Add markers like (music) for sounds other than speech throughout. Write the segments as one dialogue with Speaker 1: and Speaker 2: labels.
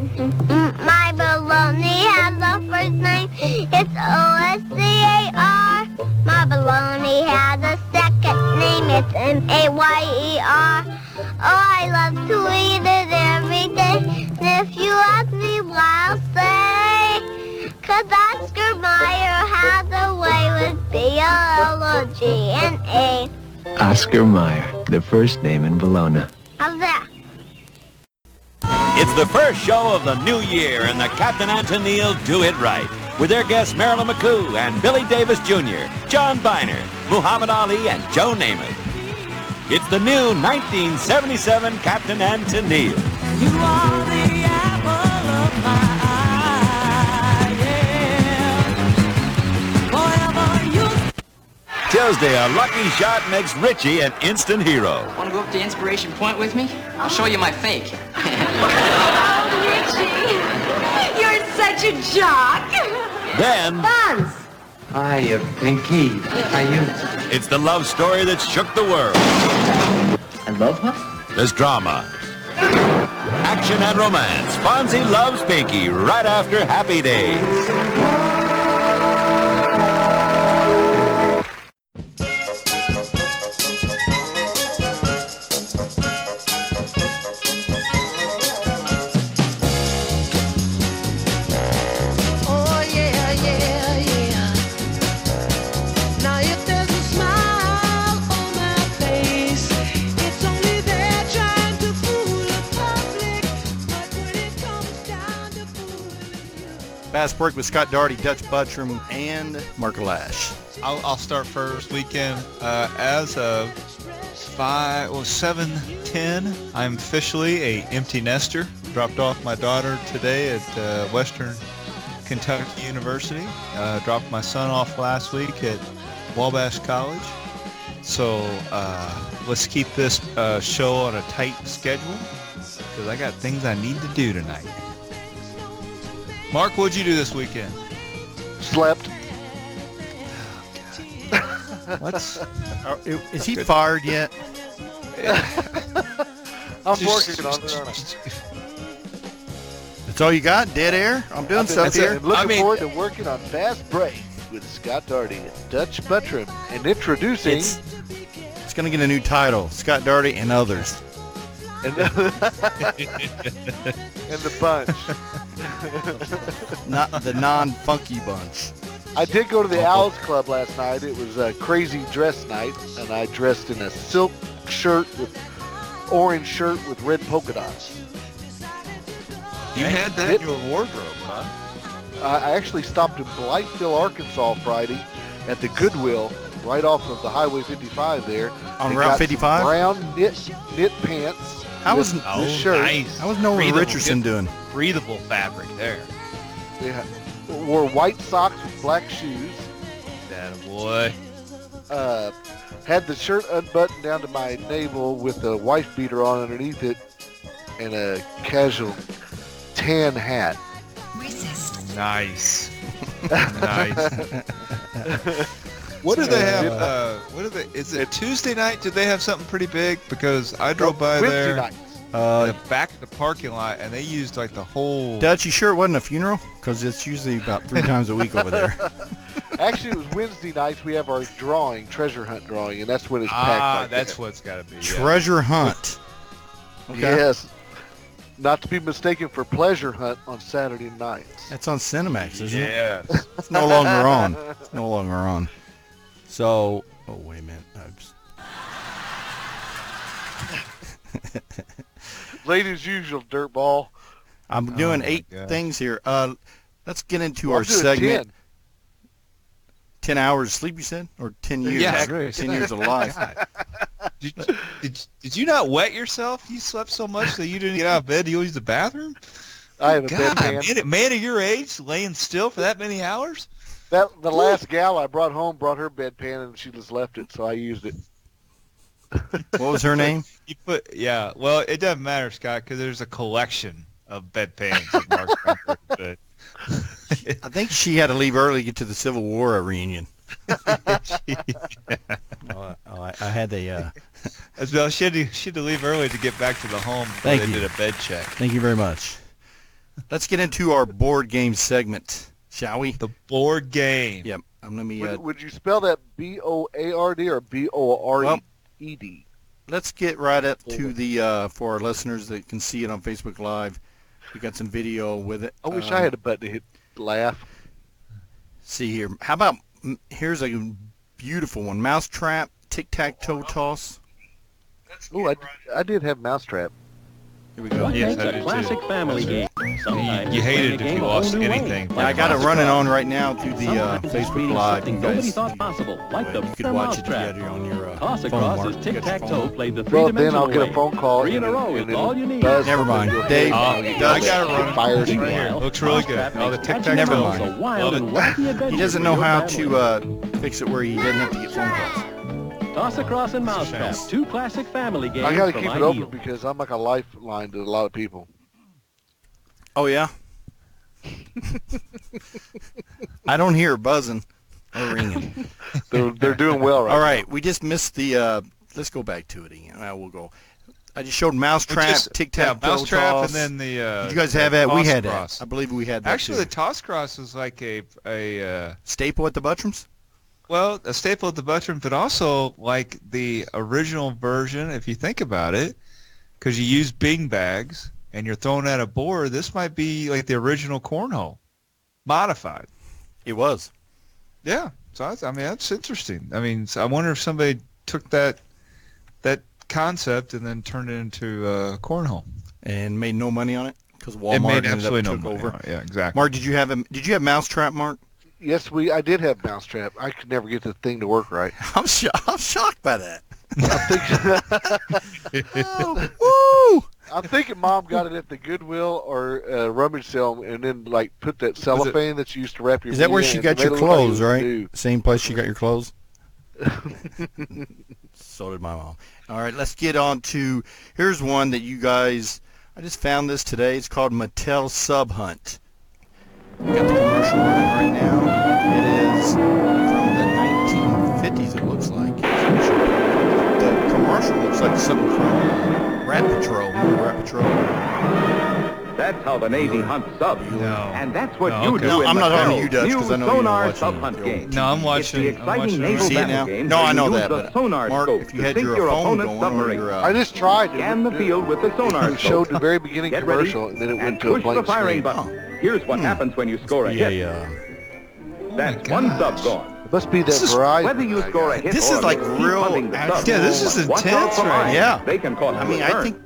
Speaker 1: My baloney has a first name. It's O-S-C-A-R. My baloney has a second name. It's M-A-Y-E-R. Oh, I love to eat it every day. And if you ask me why, I'll say, 'Cause Oscar Mayer has a way with B-O-L-O-G-N-A.
Speaker 2: Oscar Meyer, the first name in Bologna.
Speaker 1: How's that?
Speaker 3: It's the first show of the new year, and the Captain Antonio do it right with their guests Marilyn McCoo and Billy Davis Jr., John Biner, Muhammad Ali, and Joe Namath. It's the new 1977 Captain Antonio.
Speaker 4: You are the apple of my eye, yeah. Forever you
Speaker 3: Tuesday, a lucky shot makes Richie an instant hero.
Speaker 5: Want to go up to Inspiration Point with me? I'll show you my fake.
Speaker 6: Richie, you're such a jock.
Speaker 3: Then
Speaker 6: Buns.
Speaker 7: Hiya, uh, Pinky. How you?
Speaker 3: it's the love story that shook the world.
Speaker 7: I love her.
Speaker 3: There's drama, action, and romance. Fonzie loves Pinky right after Happy Days.
Speaker 4: Oh yeah, yeah, yeah. Now if there's a smile on my face, it's only there trying to fool the public. But when it comes down to fooling you.
Speaker 8: Fast break with Scott Darty, Dutch Buttram, and Mark Lash.
Speaker 9: I'll, I'll start first weekend. Uh, as of five, well, seven ten, I'm officially a empty nester. Dropped off my daughter today at uh, Western Kentucky University. Uh, dropped my son off last week at Wabash College. So uh, let's keep this uh, show on a tight schedule because I got things I need to do tonight. Mark, what'd you do this weekend?
Speaker 10: Slept.
Speaker 9: What's
Speaker 8: Oh, Is he fired yet? (laughs)
Speaker 10: I'm working on it.
Speaker 9: (laughs)
Speaker 10: aren't I?
Speaker 8: That's all you got? Dead air? I'm doing
Speaker 10: I've been-
Speaker 8: something here.
Speaker 10: I've been Looking
Speaker 9: I mean-
Speaker 10: forward to working on Fast Break with Scott Darty and Dutch Buttram and introducing
Speaker 8: It's, it's going to get a new title Scott Darty and others.
Speaker 10: (laughs) and, and the bunch.
Speaker 8: Not (laughs) the non funky bunch.
Speaker 10: I did go to the Owls Club last night. It was a crazy dress night, and I dressed in a silk shirt with orange shirt with red polka dots.
Speaker 9: You had that
Speaker 10: It-
Speaker 9: in your wardrobe, huh?
Speaker 10: I I actually stopped in Blytheville, Arkansas Friday at the Goodwill right off of the Highway 55 there.
Speaker 8: On
Speaker 10: and
Speaker 8: Route
Speaker 10: got some
Speaker 8: 55?
Speaker 10: Brown knit, knit pants.
Speaker 8: I
Speaker 10: with
Speaker 8: was-
Speaker 10: this
Speaker 8: (laughs) Oh,
Speaker 10: shirt.
Speaker 9: nice.
Speaker 8: I was knowing what
Speaker 9: Breathable,
Speaker 8: Richardson
Speaker 9: good-
Speaker 8: doing.
Speaker 9: Breathable fabric there.
Speaker 10: Yeah. Wore white socks with black shoes.
Speaker 9: That boy.
Speaker 10: Uh, had the shirt unbuttoned down to my navel with a wife beater on underneath it and a casual tan hat.
Speaker 6: Resist.
Speaker 8: (laughs)
Speaker 9: Nice. nice. what do they have? Uh, what do they? Is it Tuesday night? Did they have something pretty big? Because I drove by
Speaker 10: Wednesday
Speaker 9: there
Speaker 10: night.
Speaker 8: Uh,
Speaker 9: in the back of the parking lot, and they used like the whole.
Speaker 8: Dutch, you sure it wasn't a funeral? Because it's usually about (laughs) three times a week over there.
Speaker 10: Actually, it was Wednesday nights. We have our drawing, treasure hunt drawing, and that's when it's packed.
Speaker 9: ah,
Speaker 10: like
Speaker 9: that's
Speaker 10: that.
Speaker 9: what's got to be. Yeah.
Speaker 8: Treasure hunt.
Speaker 10: Yes. Not to be mistaken for Pleasure Hunt on Saturday nights.
Speaker 8: That's on Cinemax, isn't it?
Speaker 9: Yes.
Speaker 8: It's no longer on.
Speaker 9: (laughs)
Speaker 8: It's no longer on. So, oh wait a minute. Oops.
Speaker 10: Late as usual, dirtball.
Speaker 8: I'm doing eight
Speaker 9: Oh gosh.
Speaker 8: things here. Uh, let's get into
Speaker 10: Well,
Speaker 8: our
Speaker 10: I'm doing
Speaker 8: segment.
Speaker 10: 10.
Speaker 8: Ten hours sleep, you said, or ten years?
Speaker 9: Yeah.
Speaker 8: ten years
Speaker 9: (laughs)
Speaker 8: of life.
Speaker 9: Did, did, did you not wet yourself? You slept so much that you didn't get out of bed to use the bathroom.
Speaker 10: I have a
Speaker 9: God, (laughs) man,
Speaker 10: bedpan.
Speaker 9: man of your age laying still for that many hours?
Speaker 10: That the last gal I brought home brought her bedpan and she just left it, so I used it.
Speaker 8: What was her name?
Speaker 9: You put yeah. Well, it doesn't matter, Scott, because there's a collection of bedpans. at
Speaker 8: (laughs)
Speaker 9: Mark's Comfort, but
Speaker 8: I think she had to leave early to get to the Civil War
Speaker 9: (laughs)
Speaker 8: reunion. oh, oh, I, I had a. Uh,
Speaker 9: as well, she had, to, she had to leave early to get back to the home. before
Speaker 8: (laughs) Thank
Speaker 9: they
Speaker 8: you.
Speaker 9: did a bed check.
Speaker 8: thank you very much. Let's get into our board game segment, shall we?
Speaker 9: The board game.
Speaker 8: Yep. Um, let me.
Speaker 10: Would,
Speaker 8: Uh,
Speaker 10: would you spell that B O A R D or B O R
Speaker 8: Well-
Speaker 10: E D?
Speaker 8: let's get right up to the uh, for our listeners that can see it on Facebook Live. We got some video with it.
Speaker 10: I wish
Speaker 8: Um,
Speaker 10: I had a button to hit laugh.
Speaker 8: See here. How about mm, here's a beautiful one: mousetrap, tic tac toe toss.
Speaker 10: Oh, I, I did have mousetrap.
Speaker 8: Here we go.
Speaker 9: Yes, I did too.
Speaker 11: family game.
Speaker 9: You, you hated it if you lost anything.
Speaker 8: Yeah, I got it running on right now through the uh, Facebook Live. You
Speaker 11: nobody
Speaker 8: guys,
Speaker 11: thought possible, like the
Speaker 8: you could watch it
Speaker 11: mousetrap.
Speaker 8: together on your uh,
Speaker 11: Toss
Speaker 8: phone.
Speaker 11: across
Speaker 8: Mark.
Speaker 11: is
Speaker 8: You got your
Speaker 11: tic-tac-toe
Speaker 8: phone?
Speaker 11: played the
Speaker 10: Well, then
Speaker 11: three-dimensional
Speaker 10: I'll get a
Speaker 11: way.
Speaker 10: phone call.
Speaker 11: Three in
Speaker 10: and
Speaker 11: a row
Speaker 10: it'll-
Speaker 11: is
Speaker 10: and it'll
Speaker 11: all you need.
Speaker 10: buzz
Speaker 8: Never mind.
Speaker 10: something.
Speaker 8: Dave,
Speaker 9: Oh,
Speaker 8: he does
Speaker 9: I got it
Speaker 10: Get
Speaker 9: running.
Speaker 10: fired
Speaker 9: right
Speaker 10: in
Speaker 9: here.
Speaker 10: here.
Speaker 9: Looks really good.
Speaker 11: Mousetrap
Speaker 9: Oh, the
Speaker 11: makes watching
Speaker 9: tic-tac-toe.
Speaker 8: Never
Speaker 11: themselves
Speaker 8: mind.
Speaker 11: a wild
Speaker 9: Love
Speaker 11: and wacky adventure
Speaker 8: He doesn't
Speaker 11: for
Speaker 8: know
Speaker 11: your
Speaker 8: how
Speaker 11: family.
Speaker 8: to uh, fix it where he doesn't have to get phone calls.
Speaker 11: Toss across and mousetrap,
Speaker 8: Chance.
Speaker 11: two classic family games
Speaker 10: I gotta
Speaker 11: from
Speaker 10: keep it
Speaker 11: Ideal.
Speaker 10: open because I'm like a lifeline to a lot of people.
Speaker 11: (laughs)
Speaker 8: Oh yeah. (laughs) I don't hear buzzing or ringing.
Speaker 10: They're they're doing well
Speaker 8: (laughs)
Speaker 10: right.
Speaker 8: All right, we just missed the. Uh, let's go back to it again. Uh, we'll go. I just showed
Speaker 9: We
Speaker 8: mousetrap,
Speaker 9: just-
Speaker 8: tic
Speaker 9: yeah,
Speaker 8: tac toe
Speaker 9: mousetrap,
Speaker 8: toss.
Speaker 9: and then the. Uh,
Speaker 8: Did you guys
Speaker 9: the
Speaker 8: have that? We
Speaker 9: toss
Speaker 8: had
Speaker 9: cross.
Speaker 8: that. I believe we had that.
Speaker 9: Actually,
Speaker 8: too.
Speaker 9: the toss cross was like a a uh,
Speaker 8: staple at the Buttrams.
Speaker 9: well a staple at the Buttram, but also like the original version. If you think about it, because you use Bing bags and you're thrown at a board, this might be like the original cornhole, modified.
Speaker 8: It was.
Speaker 9: Yeah. So I, I mean that's interesting. I mean so I wonder if somebody took that that concept and then turned it into uh, cornhole.
Speaker 8: And made no money on it because Walmart
Speaker 9: It made
Speaker 8: ended up
Speaker 9: absolutely no
Speaker 8: took
Speaker 9: money
Speaker 8: over.
Speaker 9: on it. Yeah, exactly.
Speaker 8: Mark, did you have a, Did you have mousetrap,
Speaker 9: (laughs)
Speaker 8: Mark?
Speaker 10: Yes, we I did have mousetrap. I could never get the thing to work right.
Speaker 8: I'm sho- I'm shocked by
Speaker 9: (laughs)
Speaker 8: that.
Speaker 10: I think
Speaker 8: (laughs) oh, woo!
Speaker 10: I'm thinking mom got it at the Goodwill or uh, rummage sale, and then like put that cellophane that you used to wrap your.
Speaker 8: Is that
Speaker 10: meat
Speaker 8: where
Speaker 10: in
Speaker 8: she
Speaker 10: and
Speaker 8: got your
Speaker 10: tomato look like
Speaker 8: clothes?
Speaker 10: it was
Speaker 8: Right,
Speaker 10: new.
Speaker 8: same place you got your clothes. so did my mom. All right, let's get on to. Here's one that you guys. I just found this today. It's called Mattel Sub Hunt. We got the commercial on it right now. It is from the 1950s. It looks like the commercial looks like something from Rat Patrol. Remember Rat Patrol.
Speaker 11: That's how the Navy hunts subs.
Speaker 9: No.
Speaker 11: And that's what
Speaker 9: No,
Speaker 11: you
Speaker 9: okay.
Speaker 11: do
Speaker 8: No,
Speaker 11: in
Speaker 8: I'm
Speaker 11: the
Speaker 8: not talking to
Speaker 11: Carol's
Speaker 8: you, Dutch,
Speaker 11: new
Speaker 8: 'cause I know you don't
Speaker 11: sonar
Speaker 8: watch
Speaker 11: sub-hunt
Speaker 8: the
Speaker 11: game.
Speaker 9: No, I'm
Speaker 11: It's the
Speaker 9: watching. I'm
Speaker 11: exciting
Speaker 9: watching
Speaker 8: You
Speaker 11: naval
Speaker 8: see it
Speaker 11: battle
Speaker 8: now?
Speaker 11: game
Speaker 8: No,
Speaker 11: where
Speaker 8: I know
Speaker 11: you use
Speaker 8: that.
Speaker 11: the sonar
Speaker 8: But Mark,
Speaker 11: scope
Speaker 8: if you
Speaker 11: to
Speaker 8: had
Speaker 11: sink
Speaker 8: your,
Speaker 11: your
Speaker 8: phone
Speaker 11: opponent's
Speaker 8: going or
Speaker 11: submarine.
Speaker 8: your
Speaker 10: I
Speaker 8: uh,
Speaker 10: just tried. it.
Speaker 11: Scan the field with the sonar scope.
Speaker 10: It showed the very beginning
Speaker 11: Get ready
Speaker 10: commercial, and then it
Speaker 11: and
Speaker 10: went to a
Speaker 11: push the
Speaker 10: blank
Speaker 11: firing
Speaker 10: screen.
Speaker 11: button. Here's what happens when you score a
Speaker 8: yeah,
Speaker 11: hit.
Speaker 8: yeah.
Speaker 9: Oh
Speaker 11: That's one sub gone.
Speaker 10: It must be that
Speaker 8: This is-
Speaker 10: Verizon.
Speaker 11: Whether you
Speaker 10: guy
Speaker 11: score
Speaker 10: got.
Speaker 11: a hit
Speaker 8: This
Speaker 11: or
Speaker 8: is like
Speaker 11: keep
Speaker 8: real
Speaker 11: hunting the
Speaker 8: act-
Speaker 11: subs.
Speaker 9: Yeah, this is
Speaker 11: Watch out
Speaker 9: intense
Speaker 11: for
Speaker 9: right
Speaker 11: mines.
Speaker 8: Yeah.
Speaker 11: They can cause
Speaker 8: I
Speaker 11: a
Speaker 8: mean, I
Speaker 11: return.
Speaker 8: think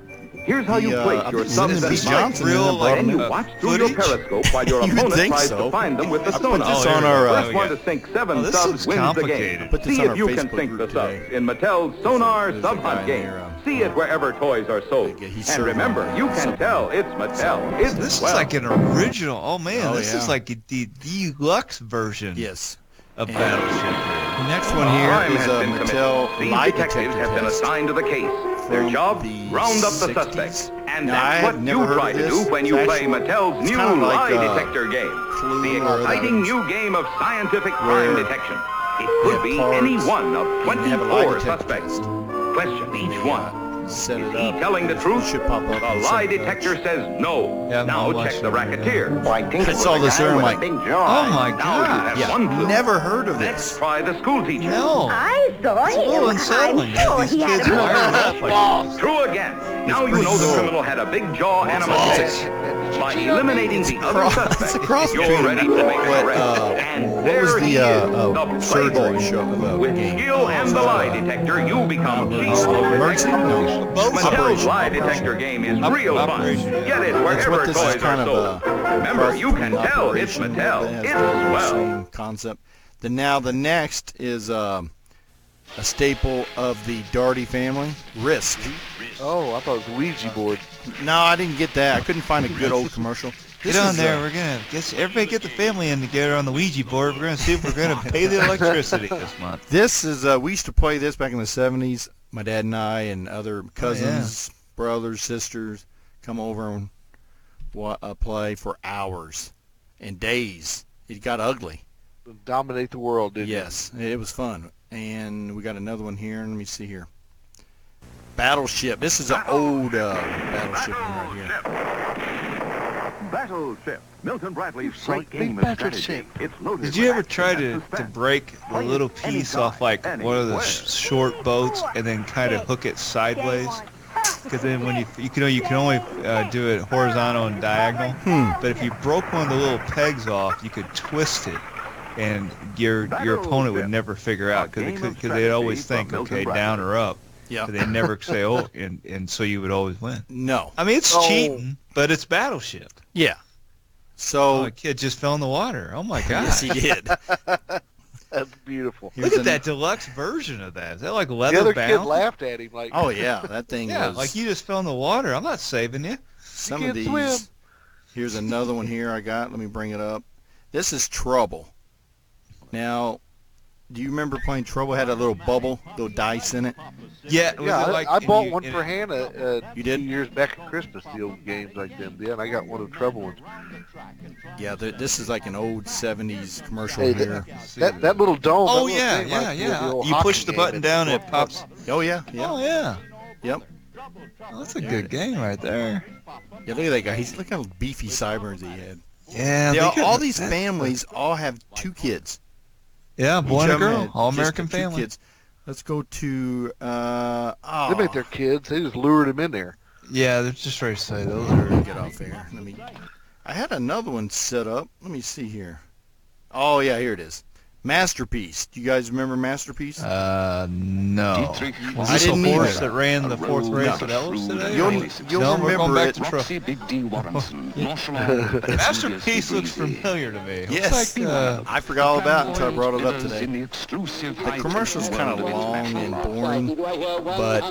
Speaker 11: Here's how you
Speaker 8: the, uh,
Speaker 11: place
Speaker 8: I
Speaker 11: your
Speaker 8: think
Speaker 11: subs
Speaker 8: Lyndon
Speaker 11: at
Speaker 8: B.
Speaker 11: mines.
Speaker 8: Johnson in
Speaker 9: Real,
Speaker 8: the
Speaker 9: like,
Speaker 11: Then
Speaker 8: bottom
Speaker 11: you
Speaker 9: uh,
Speaker 11: watch through your
Speaker 9: footage?
Speaker 11: periscope
Speaker 8: (laughs)
Speaker 11: while your
Speaker 8: You would
Speaker 11: opponent
Speaker 8: think
Speaker 11: tries
Speaker 8: so.
Speaker 11: to find them with the
Speaker 8: I put
Speaker 11: sonar.
Speaker 8: this on our, uh,
Speaker 11: First one to sink seven
Speaker 9: Oh, this
Speaker 11: subs wins
Speaker 9: looks
Speaker 11: the game.
Speaker 9: complicated.
Speaker 8: Put this
Speaker 11: See
Speaker 8: on
Speaker 11: if
Speaker 8: our
Speaker 11: you can
Speaker 8: Facebook
Speaker 11: sink the
Speaker 8: group
Speaker 11: subs
Speaker 8: today.
Speaker 11: in Mattel's Sonar
Speaker 8: There's a
Speaker 11: Sub
Speaker 8: guy
Speaker 11: Hunt
Speaker 8: in
Speaker 11: game.
Speaker 8: there, um,
Speaker 11: See it wherever toys are sold.
Speaker 8: Yeah, he's
Speaker 11: And
Speaker 8: serving
Speaker 11: remember, you can
Speaker 8: something.
Speaker 11: tell it's Mattel. It's
Speaker 9: This
Speaker 11: well.
Speaker 9: is like an original. Oh man,
Speaker 8: Oh,
Speaker 9: this
Speaker 8: yeah.
Speaker 9: is like the the deluxe version
Speaker 8: yes.
Speaker 9: of
Speaker 8: And-
Speaker 9: Battleship.
Speaker 8: The next
Speaker 11: A
Speaker 8: one
Speaker 11: crime
Speaker 8: here is
Speaker 11: has
Speaker 8: a
Speaker 11: been committed.
Speaker 8: Mattel
Speaker 11: These
Speaker 8: lie detector
Speaker 11: detectives have been
Speaker 8: test.
Speaker 11: assigned to the case. Their
Speaker 8: from
Speaker 11: job:
Speaker 8: the
Speaker 11: round up the
Speaker 8: 60s.
Speaker 11: suspects. And
Speaker 8: Now, I
Speaker 11: that's
Speaker 8: have
Speaker 11: what
Speaker 8: never
Speaker 11: you
Speaker 8: heard
Speaker 11: try
Speaker 8: of
Speaker 11: to
Speaker 8: this.
Speaker 11: do when
Speaker 8: It's
Speaker 11: you
Speaker 8: actually-
Speaker 11: play Mattel's
Speaker 8: it's
Speaker 11: new
Speaker 8: kinda like,
Speaker 11: lie
Speaker 8: uh,
Speaker 11: detector game.
Speaker 8: Clue
Speaker 11: The
Speaker 8: or that
Speaker 11: exciting
Speaker 8: is.
Speaker 11: new game of scientific
Speaker 8: Where
Speaker 11: crime detection. It could
Speaker 8: have
Speaker 11: be
Speaker 8: cards
Speaker 11: any one of
Speaker 8: and you have a lie
Speaker 11: 24
Speaker 8: detector
Speaker 11: suspects.
Speaker 8: test.
Speaker 11: Question each one.
Speaker 8: Set
Speaker 11: Is
Speaker 8: it
Speaker 11: he
Speaker 8: up.
Speaker 11: telling the
Speaker 8: It
Speaker 11: truth?
Speaker 8: Should pop up.
Speaker 11: The
Speaker 8: and set
Speaker 11: lie
Speaker 8: it up.
Speaker 11: detector says no.
Speaker 9: Yeah, I'm
Speaker 11: now
Speaker 9: not
Speaker 11: check the
Speaker 9: watching it,
Speaker 11: racketeer.
Speaker 8: I saw this there. I'm like,
Speaker 9: Oh
Speaker 11: Now
Speaker 9: my
Speaker 11: you
Speaker 9: god!
Speaker 11: have
Speaker 8: Ah, yeah,
Speaker 11: one clue.
Speaker 8: never heard of
Speaker 11: Let's
Speaker 8: this.
Speaker 11: try the school teacher.
Speaker 9: No,
Speaker 1: I saw
Speaker 9: it's a little unsettling. that These kids wired up like
Speaker 11: Through again. Now you
Speaker 8: pretty
Speaker 11: know the
Speaker 8: cool.
Speaker 11: criminal had a big jaw and a mustache. By eliminating the other
Speaker 8: Cross- it's a
Speaker 11: suspect,
Speaker 8: cross
Speaker 11: you're
Speaker 8: between
Speaker 11: ready to make
Speaker 8: what,
Speaker 11: an arrest.
Speaker 8: uh,
Speaker 11: and
Speaker 8: what
Speaker 11: there
Speaker 8: was
Speaker 11: he
Speaker 8: the, uh,
Speaker 11: is,
Speaker 8: uh,
Speaker 11: the
Speaker 8: surgery
Speaker 11: playboy.
Speaker 8: show, uh,
Speaker 11: With
Speaker 8: game?
Speaker 11: skill and the lie
Speaker 8: Uh,
Speaker 11: detector, you become
Speaker 8: uh,
Speaker 11: chief of
Speaker 8: emergency?
Speaker 11: detectives.
Speaker 8: No.
Speaker 11: Mattel's
Speaker 8: Operation.
Speaker 11: lie detector game is
Speaker 9: Op-
Speaker 11: real fun.
Speaker 9: operation,
Speaker 11: Get
Speaker 9: yeah.
Speaker 11: it
Speaker 8: That's
Speaker 11: wherever
Speaker 8: what this
Speaker 11: toys
Speaker 8: is kind
Speaker 11: are
Speaker 8: of.
Speaker 11: sold.
Speaker 8: Uh,
Speaker 11: Remember,
Speaker 8: across
Speaker 11: you can
Speaker 8: between
Speaker 11: tell it's
Speaker 8: operation,
Speaker 11: Mattel.
Speaker 8: it has
Speaker 11: It's
Speaker 8: all the
Speaker 11: swell.
Speaker 8: Same concept. Then now the next is um, a staple of the Darty family, Risk.
Speaker 11: Mm-hmm.
Speaker 10: Oh, I thought it was Ouija board.
Speaker 8: No, I didn't get that. I couldn't find a good old commercial.
Speaker 9: Get
Speaker 8: This
Speaker 9: on
Speaker 8: is,
Speaker 9: there.
Speaker 8: uh,
Speaker 9: we're gonna get everybody get the family in together on the Ouija board. We're gonna see if we're gonna
Speaker 8: (laughs)
Speaker 9: pay the electricity this month.
Speaker 8: This is uh, we used to play this back in the seventies. My dad and I and
Speaker 9: Oh,
Speaker 8: other cousins, brothers, sisters come over and wa- uh, play for hours and days. It got ugly.
Speaker 10: Dominate the world, didn't
Speaker 8: Yes, it was fun. And we got another one here. Let me see here. Battleship. This is an old uh, battleship one right here.
Speaker 12: Battleship. Milton Bradley's
Speaker 9: Like
Speaker 12: great game
Speaker 9: big
Speaker 12: of strategy.
Speaker 9: battleship.
Speaker 12: It's loaded
Speaker 9: Did you
Speaker 12: with
Speaker 9: ever try to, to break a little piece off like one of the sh- short boats and then kind of hook it sideways? Because then when you you can you can only uh, do it horizontal and diagonal.
Speaker 8: Hmm.
Speaker 9: But if you broke one of the little pegs off, you could twist it, and your your opponent would never figure out because they because they'd always think okay down or up.
Speaker 8: Yeah.
Speaker 9: But they never
Speaker 8: (laughs)
Speaker 9: say oh and and so you would always win.
Speaker 8: No.
Speaker 9: I mean it's
Speaker 8: Oh.
Speaker 9: cheating, but it's battleship.
Speaker 8: Yeah. So
Speaker 9: oh, the kid just fell in the water. Oh
Speaker 10: (laughs)
Speaker 9: my god.
Speaker 8: Yes, he did.
Speaker 9: (laughs)
Speaker 10: That's beautiful.
Speaker 9: Look at that deluxe version of that. Is that like leather
Speaker 10: the other
Speaker 9: bound?
Speaker 10: kid laughed at him like.
Speaker 9: Oh,
Speaker 8: Oh,
Speaker 10: (laughs)
Speaker 9: yeah, like you just fell in the water. I'm not saving you.
Speaker 8: Some of these. Here's another one here I got. Let me bring it up. This is Trouble. Now, do you remember playing Trouble? Had a little bubble, little dice in it.
Speaker 9: Yeah,
Speaker 10: yeah, I, I bought one for Hannah uh, you did? two years back at Christmas, the old games like them. Yeah, and I got one of the trouble ones.
Speaker 8: Oh, Yeah, th- this is like an old '70s commercial
Speaker 10: Hey,
Speaker 8: here.
Speaker 10: that, that, that little dome. that
Speaker 8: Oh,
Speaker 10: little
Speaker 8: yeah,
Speaker 10: thing
Speaker 8: yeah,
Speaker 10: like the-
Speaker 8: yeah.
Speaker 10: the old
Speaker 8: You push
Speaker 10: hockey
Speaker 8: the
Speaker 10: game,
Speaker 8: button
Speaker 10: it
Speaker 8: down,
Speaker 10: just
Speaker 8: it
Speaker 10: pops
Speaker 8: pops- Oh yeah, yeah.
Speaker 9: Oh yeah. Oh,
Speaker 8: Yep.
Speaker 9: that's a good game right there.
Speaker 8: Yeah, look at that guy. He's look how beefy sideburns he had.
Speaker 9: Yeah,
Speaker 8: They
Speaker 9: they
Speaker 8: all, all
Speaker 9: couldn't-
Speaker 8: these
Speaker 9: that-
Speaker 8: families all have two kids.
Speaker 9: Yeah, boy and a
Speaker 8: Each of 'em
Speaker 9: girl,
Speaker 8: had
Speaker 9: all
Speaker 8: just
Speaker 9: American
Speaker 8: two
Speaker 9: family.
Speaker 8: kids. Let's go to uh.
Speaker 10: They
Speaker 8: Oh,
Speaker 10: make their kids. They just lured them in there.
Speaker 9: Yeah, they're just trying to say those are
Speaker 8: get off air. Let me. I had another one set up. Let me see here. Oh yeah, here it is. Masterpiece. Do you guys remember Masterpiece?
Speaker 9: Uh,
Speaker 8: Oh,
Speaker 9: no. Was
Speaker 8: I
Speaker 9: this a
Speaker 8: didn't
Speaker 9: horse
Speaker 8: either.
Speaker 9: that ran the fourth race at Ellis today?
Speaker 8: You'll, you'll
Speaker 9: no, we're
Speaker 8: remember
Speaker 9: going back
Speaker 8: it.
Speaker 9: to truck.
Speaker 11: Big D Warrenson,
Speaker 9: (laughs) nonchalant. Masterpiece looks familiar to me. Looks
Speaker 8: Yes.
Speaker 9: like, uh,
Speaker 8: I forgot all about it until I brought it up today.
Speaker 11: In the
Speaker 8: exclusive
Speaker 11: high tech
Speaker 8: commercial's kind of
Speaker 11: world of
Speaker 8: long and boring, but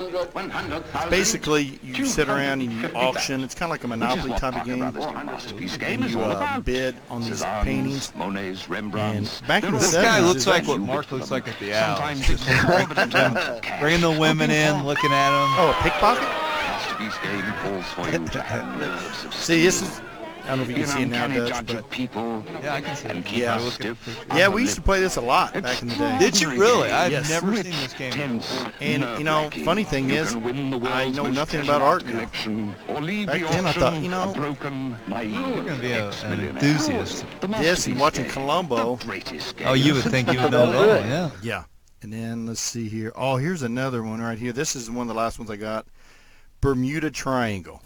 Speaker 8: basically you sit around and you auction. It's kind of like a Monopoly type of game. And you uh, bid on these paintings.
Speaker 11: Monet's,
Speaker 8: Rembrandt's. Back in the
Speaker 9: this guy
Speaker 8: 70s,
Speaker 9: looks like
Speaker 8: it's
Speaker 9: what
Speaker 8: actually-
Speaker 9: Mark looks like at the Al.
Speaker 11: Sometimes
Speaker 9: Just (laughs) Bringing the women in, looking at them.
Speaker 8: Oh, a pickpocket?
Speaker 11: Masterpiece game calls
Speaker 9: (laughs)
Speaker 11: for you to have nerves of
Speaker 8: See, this is. I don't know if you
Speaker 11: Be
Speaker 8: can
Speaker 11: an
Speaker 8: see it now,
Speaker 11: uncanny
Speaker 8: Dutch,
Speaker 11: judge
Speaker 8: but
Speaker 11: of people
Speaker 9: yeah, I can see
Speaker 11: and
Speaker 9: it.
Speaker 11: keep
Speaker 8: Yeah.
Speaker 11: a stiff
Speaker 8: Yeah,
Speaker 11: upper
Speaker 8: we used to
Speaker 11: lip.
Speaker 8: play this a lot back in the day.
Speaker 9: Did you really? I've
Speaker 8: Yes.
Speaker 9: never seen this game. before.
Speaker 8: And you know, funny thing is, I know nothing about art now. Back then, I thought, you know,
Speaker 11: broken,
Speaker 9: You're gonna be a, an enthusiast.
Speaker 8: yes, and watching Columbo.
Speaker 9: Oh, you would think you would know that. (laughs) Yeah.
Speaker 8: Yeah. And then let's see here. Oh, here's another one right here. This is one of the last ones I got. Bermuda Triangle.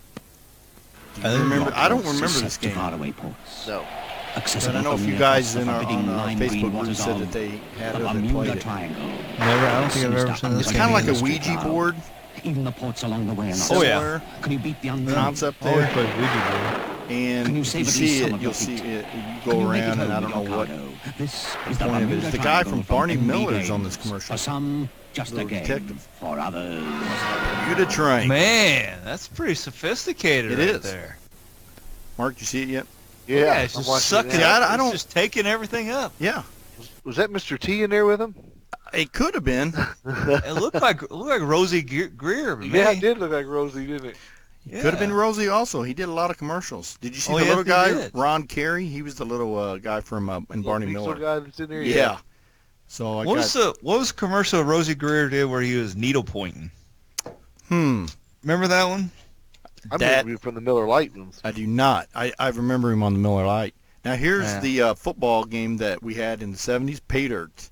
Speaker 8: Do you remember? I don't remember this game.
Speaker 10: No.
Speaker 8: But I know if you guys in our, on our Facebook group said that they had it and played it.
Speaker 9: Never. I don't think I've ever seen this
Speaker 8: It's
Speaker 9: game.
Speaker 8: kind of like a
Speaker 9: either.
Speaker 8: Ouija board.
Speaker 11: Even the ports along the way.
Speaker 9: Oh
Speaker 8: Similar
Speaker 9: yeah.
Speaker 11: Can you beat the
Speaker 8: Concept
Speaker 9: Oh, we
Speaker 8: there.
Speaker 9: played Ouija
Speaker 8: And
Speaker 11: Can you
Speaker 8: you
Speaker 11: save at
Speaker 8: see
Speaker 11: least some
Speaker 8: it,
Speaker 11: of
Speaker 8: you'll
Speaker 11: the
Speaker 8: see
Speaker 11: heat?
Speaker 8: it. You
Speaker 11: Can
Speaker 8: go
Speaker 11: you make it
Speaker 8: around, and I
Speaker 11: home to
Speaker 8: don't know
Speaker 11: your
Speaker 8: what
Speaker 11: cargo? This
Speaker 8: the point of it is. The guy from Barney Miller is on this commercial.
Speaker 11: For some, just a
Speaker 8: Little
Speaker 11: game.
Speaker 8: detective.
Speaker 11: For others,
Speaker 8: Bermuda
Speaker 9: board.
Speaker 8: Triangle.
Speaker 9: Man, that's pretty sophisticated
Speaker 8: It
Speaker 9: right
Speaker 8: is.
Speaker 9: there.
Speaker 8: Mark, you see it yet?
Speaker 10: Yeah,
Speaker 9: it's
Speaker 10: I'm
Speaker 9: just
Speaker 10: watching
Speaker 9: sucking.
Speaker 10: it
Speaker 9: up.
Speaker 10: now.
Speaker 8: I- I
Speaker 9: It's
Speaker 8: don't-
Speaker 9: just taking everything up.
Speaker 8: Yeah.
Speaker 10: Was that Mr. T in there with him?
Speaker 8: It could have been.
Speaker 9: It looked like it looked like Rosie Gre- Greer. to me.
Speaker 10: Yeah, it did look like Rosie, didn't it?
Speaker 9: Yeah.
Speaker 8: Could have been Rosie also. He did a lot of commercials. Did you see
Speaker 9: Oh,
Speaker 8: the
Speaker 9: yeah,
Speaker 8: little
Speaker 9: he
Speaker 8: guy,
Speaker 9: did.
Speaker 8: Ron Carey? He was the little uh, guy from uh, and
Speaker 10: Little
Speaker 8: Barney
Speaker 10: pixel
Speaker 8: Miller.
Speaker 10: guy that's in there.
Speaker 8: yeah.
Speaker 10: Yeah.
Speaker 8: So I
Speaker 9: What
Speaker 8: got.
Speaker 9: was the what was the commercial Rosie Greer did where he was needle pointing?
Speaker 8: hmm.
Speaker 9: Remember that one?
Speaker 10: I'm
Speaker 8: That-
Speaker 10: moving from the Miller Lite ones.
Speaker 8: I do not. I, I remember him on the Miller Lite. Now here's
Speaker 9: Yeah.
Speaker 8: the uh, football game that we had in the '70s. Pay dirt.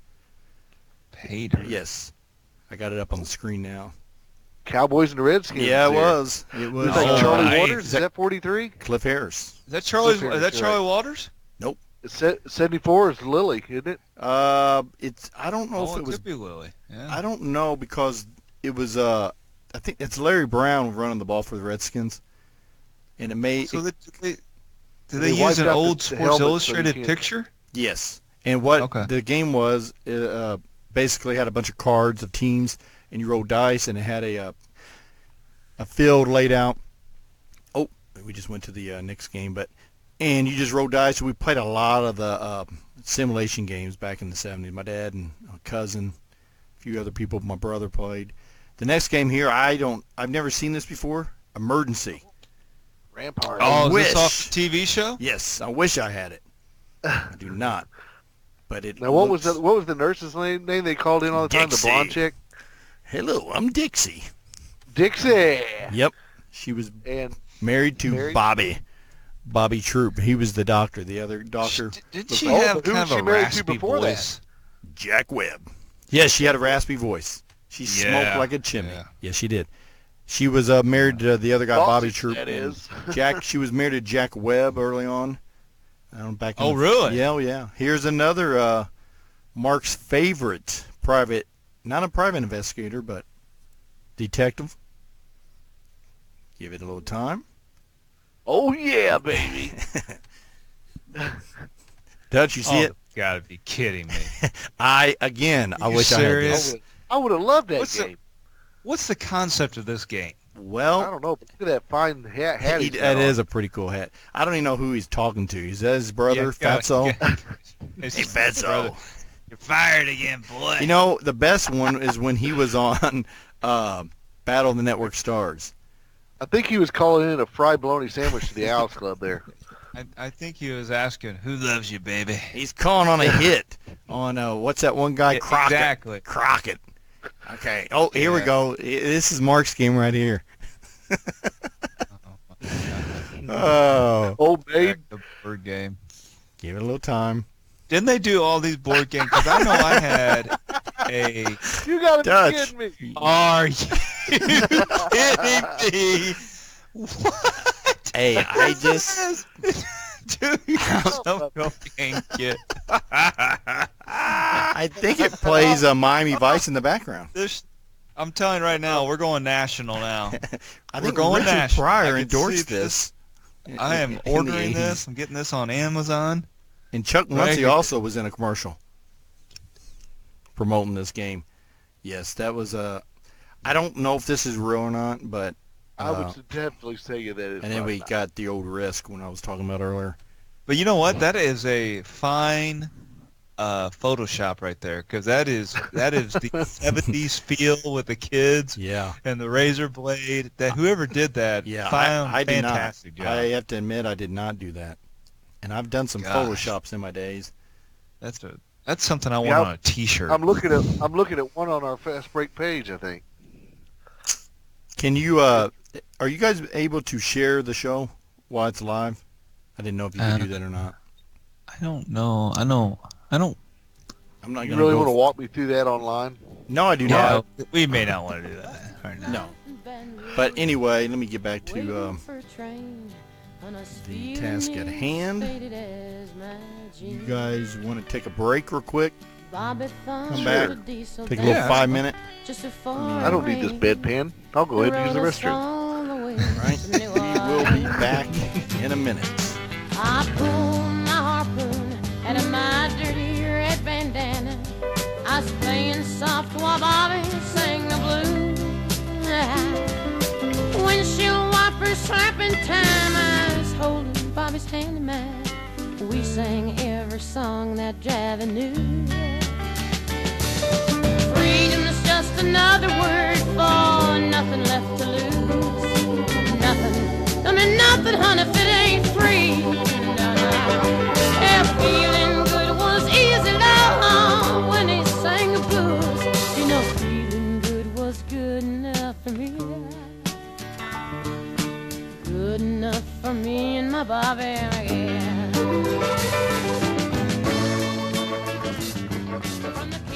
Speaker 9: Hater.
Speaker 8: Yes. I got it up on the screen now.
Speaker 10: Cowboys and the Redskins.
Speaker 8: Yeah, it
Speaker 10: there.
Speaker 8: was. It was. uh,
Speaker 10: It's like
Speaker 9: Oh,
Speaker 10: Charlie
Speaker 9: nice.
Speaker 10: Waters. Is that 43?
Speaker 8: Cliff Harris.
Speaker 9: Is that Charlie?
Speaker 10: Cliff Harris,
Speaker 9: Is that
Speaker 10: you're right.
Speaker 9: Charlie Waters?
Speaker 10: It's se- 74 is Lily, isn't it?
Speaker 8: Uh, it's. I don't know
Speaker 9: oh,
Speaker 8: if
Speaker 9: it,
Speaker 8: it was.
Speaker 9: could be Lily. Yeah.
Speaker 8: I don't know because it was. Uh, I think it's Larry Brown running the ball for the Redskins, and it may.
Speaker 9: So
Speaker 8: it-
Speaker 9: they, they, do
Speaker 10: They
Speaker 9: they,
Speaker 10: wiped
Speaker 9: use an
Speaker 10: out the-
Speaker 9: old
Speaker 10: the helmet
Speaker 9: Sports
Speaker 10: so you
Speaker 9: Illustrated
Speaker 10: can't-
Speaker 9: picture?
Speaker 8: Yes. And what
Speaker 9: Okay.
Speaker 8: the game was, it, uh, basically had a bunch of cards of teams, and you rolled dice, and it had a uh, a field laid out. Oh, we just went to the uh, next game, but and you just rolled dice. We played a lot of the uh, simulation games back in the '70s. My dad and a cousin, a few other people, my brother played. The next game here, I don't, I've never seen this before. Emergency.
Speaker 10: Rampart.
Speaker 9: Oh, is
Speaker 8: wish.
Speaker 9: this off the TV show?
Speaker 8: Yes, I wish I had it. I do not. But it.
Speaker 10: Now, what was
Speaker 8: looks-
Speaker 10: the what was the nurse's name? Name they called in all the time.
Speaker 8: Dixie.
Speaker 10: The blonde chick,
Speaker 8: Hello, I'm Dixie.
Speaker 10: Dixie.
Speaker 8: Yep. She was
Speaker 10: And
Speaker 8: married to
Speaker 10: Married?
Speaker 8: Bobby. Bobby Troop. He was the doctor. The other doctor.
Speaker 9: Didn't
Speaker 8: was
Speaker 9: she
Speaker 8: like-
Speaker 9: have kind of a raspy voice?
Speaker 8: Jack Webb. Yes, she had a raspy voice. She smoked
Speaker 9: Yeah,
Speaker 8: like a chimney. Yes, she did. She was uh, married to the other guy,
Speaker 9: Sausage,
Speaker 8: Bobby Troop.
Speaker 9: that
Speaker 8: and
Speaker 9: is.
Speaker 8: Jack. She was married to Jack Webb early on. I don't know, back. in
Speaker 9: Oh,
Speaker 8: the-
Speaker 9: really?
Speaker 8: Yeah, oh, yeah. Here's another uh, Mark's favorite private, not a private investigator, but detective. Give it a little time.
Speaker 13: Oh yeah, baby.
Speaker 8: Don't you see
Speaker 9: Oh,
Speaker 8: it?
Speaker 9: Gotta be kidding me.
Speaker 8: I again. I
Speaker 9: you
Speaker 8: wish I
Speaker 9: serious?
Speaker 8: had this.
Speaker 10: I would have loved that
Speaker 9: What's the-
Speaker 10: game.
Speaker 9: What's the concept of this game?
Speaker 8: Well,
Speaker 10: I don't know. But look at that fine hat. hat
Speaker 8: He-
Speaker 10: he's
Speaker 8: that
Speaker 10: got
Speaker 8: is
Speaker 10: on.
Speaker 8: a pretty cool hat. I don't even know who he's talking to. Is that his brother,
Speaker 9: Yeah,
Speaker 8: Fatso?
Speaker 9: It's
Speaker 8: Hey,
Speaker 9: just-
Speaker 8: Fatso.
Speaker 9: brother, You're fired again, boy.
Speaker 8: You know, the best one is when he was on (laughs) uh, Battle of the Network Stars.
Speaker 10: I think he was calling in a fried bologna sandwich to the Owls
Speaker 8: (laughs)
Speaker 10: Club there.
Speaker 9: I, I think he was asking, who loves you, baby?
Speaker 8: He's calling on a hit on uh, what's that one guy? Crockett.
Speaker 9: Exactly.
Speaker 8: Crockett. Okay. Oh, here we
Speaker 9: Yeah.
Speaker 8: go. I- This is Mark's game right here. (laughs) oh,
Speaker 10: old babe.
Speaker 9: The board game.
Speaker 8: Give it a little time.
Speaker 9: Didn't they do all these board games? Because I know I had a.
Speaker 10: You gotta
Speaker 9: Dutch.
Speaker 10: be kidding me.
Speaker 9: Are you kidding me?
Speaker 8: Hey, I just
Speaker 9: (laughs) Dude,
Speaker 8: (laughs)
Speaker 9: you're so fucking kid.
Speaker 8: I think it plays a Miami Vice in the background.
Speaker 9: This, I'm telling you right now, we're going national now.
Speaker 8: I
Speaker 9: We're
Speaker 8: think
Speaker 9: going
Speaker 8: Richard
Speaker 9: national. I
Speaker 8: Pryor
Speaker 9: can see
Speaker 8: endorsed
Speaker 9: this.
Speaker 8: this.
Speaker 9: I
Speaker 8: (laughs)
Speaker 9: am
Speaker 8: in the
Speaker 9: ordering
Speaker 8: 80s.
Speaker 9: this. I'm getting this on Amazon.
Speaker 8: And Chuck
Speaker 9: Right
Speaker 8: Muncie
Speaker 9: here.
Speaker 8: also was in a commercial promoting this game. Yes, that was a. I don't know if this is real or not, but
Speaker 10: I
Speaker 8: uh,
Speaker 10: would definitely say you that. It's
Speaker 8: and then
Speaker 10: probably
Speaker 8: we
Speaker 10: not.
Speaker 8: got the old risk when I was talking about earlier.
Speaker 9: But you know what? That is a fine uh, Photoshop right there, because that is that is
Speaker 8: (laughs)
Speaker 9: the '70s feel with the kids
Speaker 8: Yeah,
Speaker 9: and the razor blade. That whoever did that,
Speaker 8: yeah.
Speaker 9: fine,
Speaker 8: I, I did not.
Speaker 9: fantastic
Speaker 8: I
Speaker 9: job.
Speaker 8: have to admit, I did not do that. And I've done some
Speaker 9: Gosh.
Speaker 8: photoshops in my days.
Speaker 9: That's a that's something I want
Speaker 10: Yeah,
Speaker 9: on a T-shirt.
Speaker 10: I'm looking at I'm looking at one on our fast break page. I think.
Speaker 8: Can you? uh Are you guys able to share the show while it's live? I didn't know if you could
Speaker 9: Uh,
Speaker 8: do that or not.
Speaker 9: I don't know. I know. I don't.
Speaker 8: I'm not
Speaker 10: You
Speaker 8: gonna
Speaker 10: really
Speaker 8: go
Speaker 10: want to
Speaker 8: f-
Speaker 10: walk me through that online?
Speaker 8: No, I do not.
Speaker 9: No, we may not want to do that. Right now.
Speaker 8: No. But anyway, let me get back to um, the task at hand. You guys want to take a break real quick? Come back. Take a little
Speaker 10: Yeah.
Speaker 8: five minute.
Speaker 10: I don't need this bedpan. I'll go ahead and use the restroom.
Speaker 8: Right? we will be back in a minute.
Speaker 14: I pull my harpoon out of my dirty red bandana. I was playing soft while Bobby sang the blues. Windshield wiper slapping time. I was holding Bobby's hand in mine. We sang every song that Javi knew. Freedom is just another word for nothing left to lose. Nothing I mean nothing, honey, if it ain't free. No, no. Yeah, feeling good was easy now when he sang the blues. You know, feeling good was good enough for me. Good enough for me and my Bobby. Yeah. From the